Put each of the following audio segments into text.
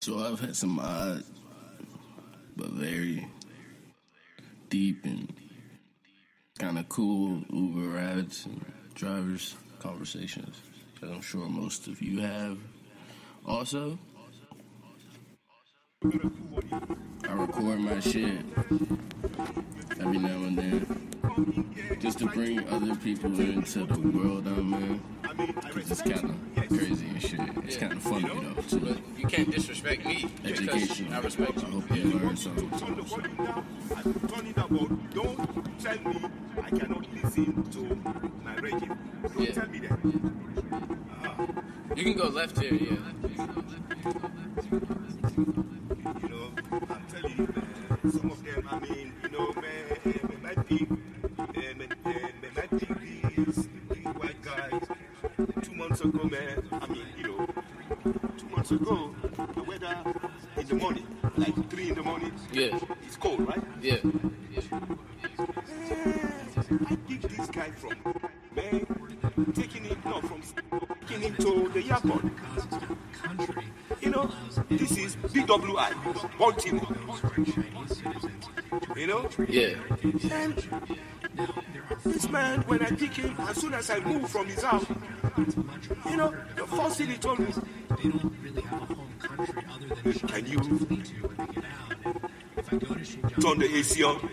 So I've had some odd, but very deep and kind of cool Uber rides and drivers conversations that I'm sure most of you have. Also, I record my shit every now and then just to bring other people into the world I'm in. Cause it's kind of crazy and shit. It's Yeah. kind of funny though. So like, You can't disrespect me because education. I respect I you. hope you learn something. Turn the volume down. I will turn it up. But don't tell me I cannot listen to my radio. Don't Yeah. tell me that. You can go left here, yeah. You know, I'm telling you, man, some of them, I mean, you know, man, eh, man, my pick, eh, man, eh, man, my pick these big white guys. Two months ago, man, I mean, you know, two months ago, the weather in the morning, like three in the morning, Yeah, it's cold, right? yeah. I picked this guy from man, taking him no from taking him to the airport. You know, this is BWI, Baltimore. You know, Yeah, and this man, when I pick him, as soon as I move from his house, you know, the first thing he told me, They don't really have a home country other than China can you to flee to when they get out. And if I go to Xinjiang, turn the AC on?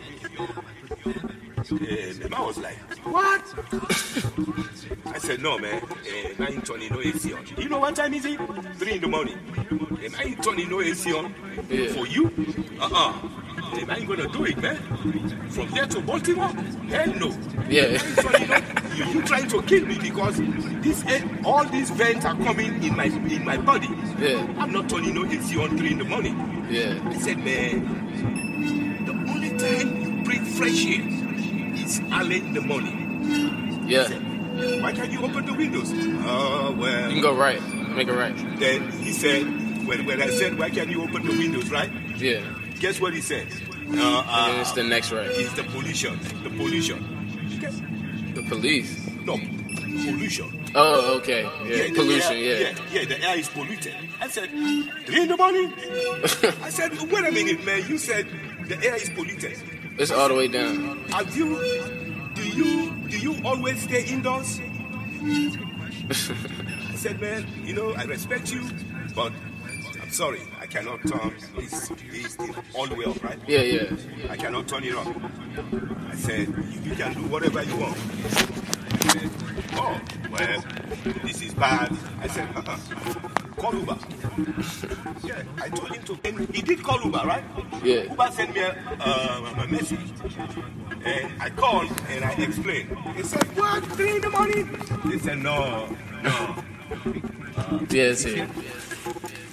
And I was like, what? I said, no, man. Eh, now you turning no AC on. You know what time is it? Three in the morning. And now you turning no AC on Yeah. for you? Uh-uh. Am I ain't gonna do it, man? From here to Baltimore? Hell no. yeah, Sorry, no. you, you trying to kill me because this eh, all these vents are coming in my in my body. Yeah. I'm not turning no AC on three in the morning. yeah. I said, man, the only time you breathe fresh air is early in the morning. I Yeah, you said, Why can't you open the windows? Oh, can well. go right. Make a right. Then he said, when, when I said, why can't you open the windows, right? Yeah, Guess what he said? Uh, and then it's uh, the next right. it's the pollution. The pollution. The police. No, pollution. Oh, okay. Yeah, the pollution. air- Yeah, yeah, yeah. The air is polluted. I said, three in the morning. I said, wait a minute, man. You said the air is polluted. it's all the way down. Have you? Do you? Do you always stay indoors? I said, man, you know, I respect you, but I'm sorry, I cannot turn this, this thing all the way up, right? Yeah, yeah. I cannot turn it up. I said, you, you can do whatever you want. He said, oh, well, this is bad. I said, uh-uh. call Uber. yeah, I told him to. And he did call Uber, right? Yeah. Uber sent me a, uh, a message. And I called and I explained. They said, what? Three in the morning? They said, no, no. Yeah, it's here.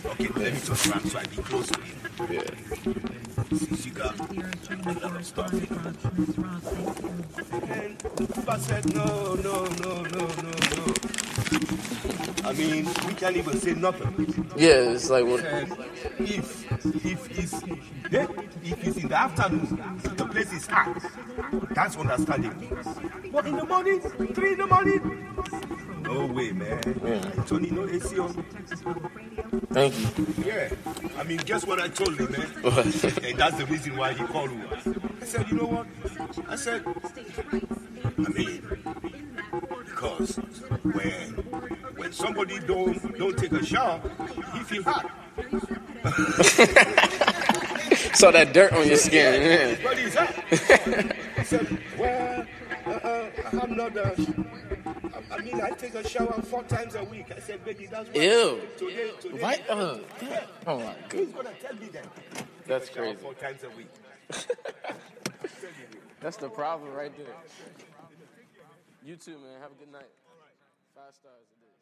Okay, let me just run so I be close to you. Yeah. Since you got a lot of stuff. And Uber said, no, no, no, no, no, no. I mean, we can't even say nothing. Yeah, it's like one. And if, if it's, yeah, if it's in the afternoon, the place is hot. That's understandable. But in the morning, three in the morning, no way, man. Tony, no AC on. Thank you. Yeah. I mean, guess what I told him, man? and that's the reason why he called Uber. I said, you know what? I said, I mean, because when when somebody don't don't take a shower, he feel hot. Saw that dirt on your skin. Yeah. What is that? I said, well, uh, uh, I'm not. Uh, I- I mean, I take a shower four times a week. I said, baby, that's why Ew. Today, today, Right? Uh, oh my god. Who's gonna tell me that? That's Shower crazy. Four times a week. That's the problem right there. You too, man. Have a good night. Five stars. It is.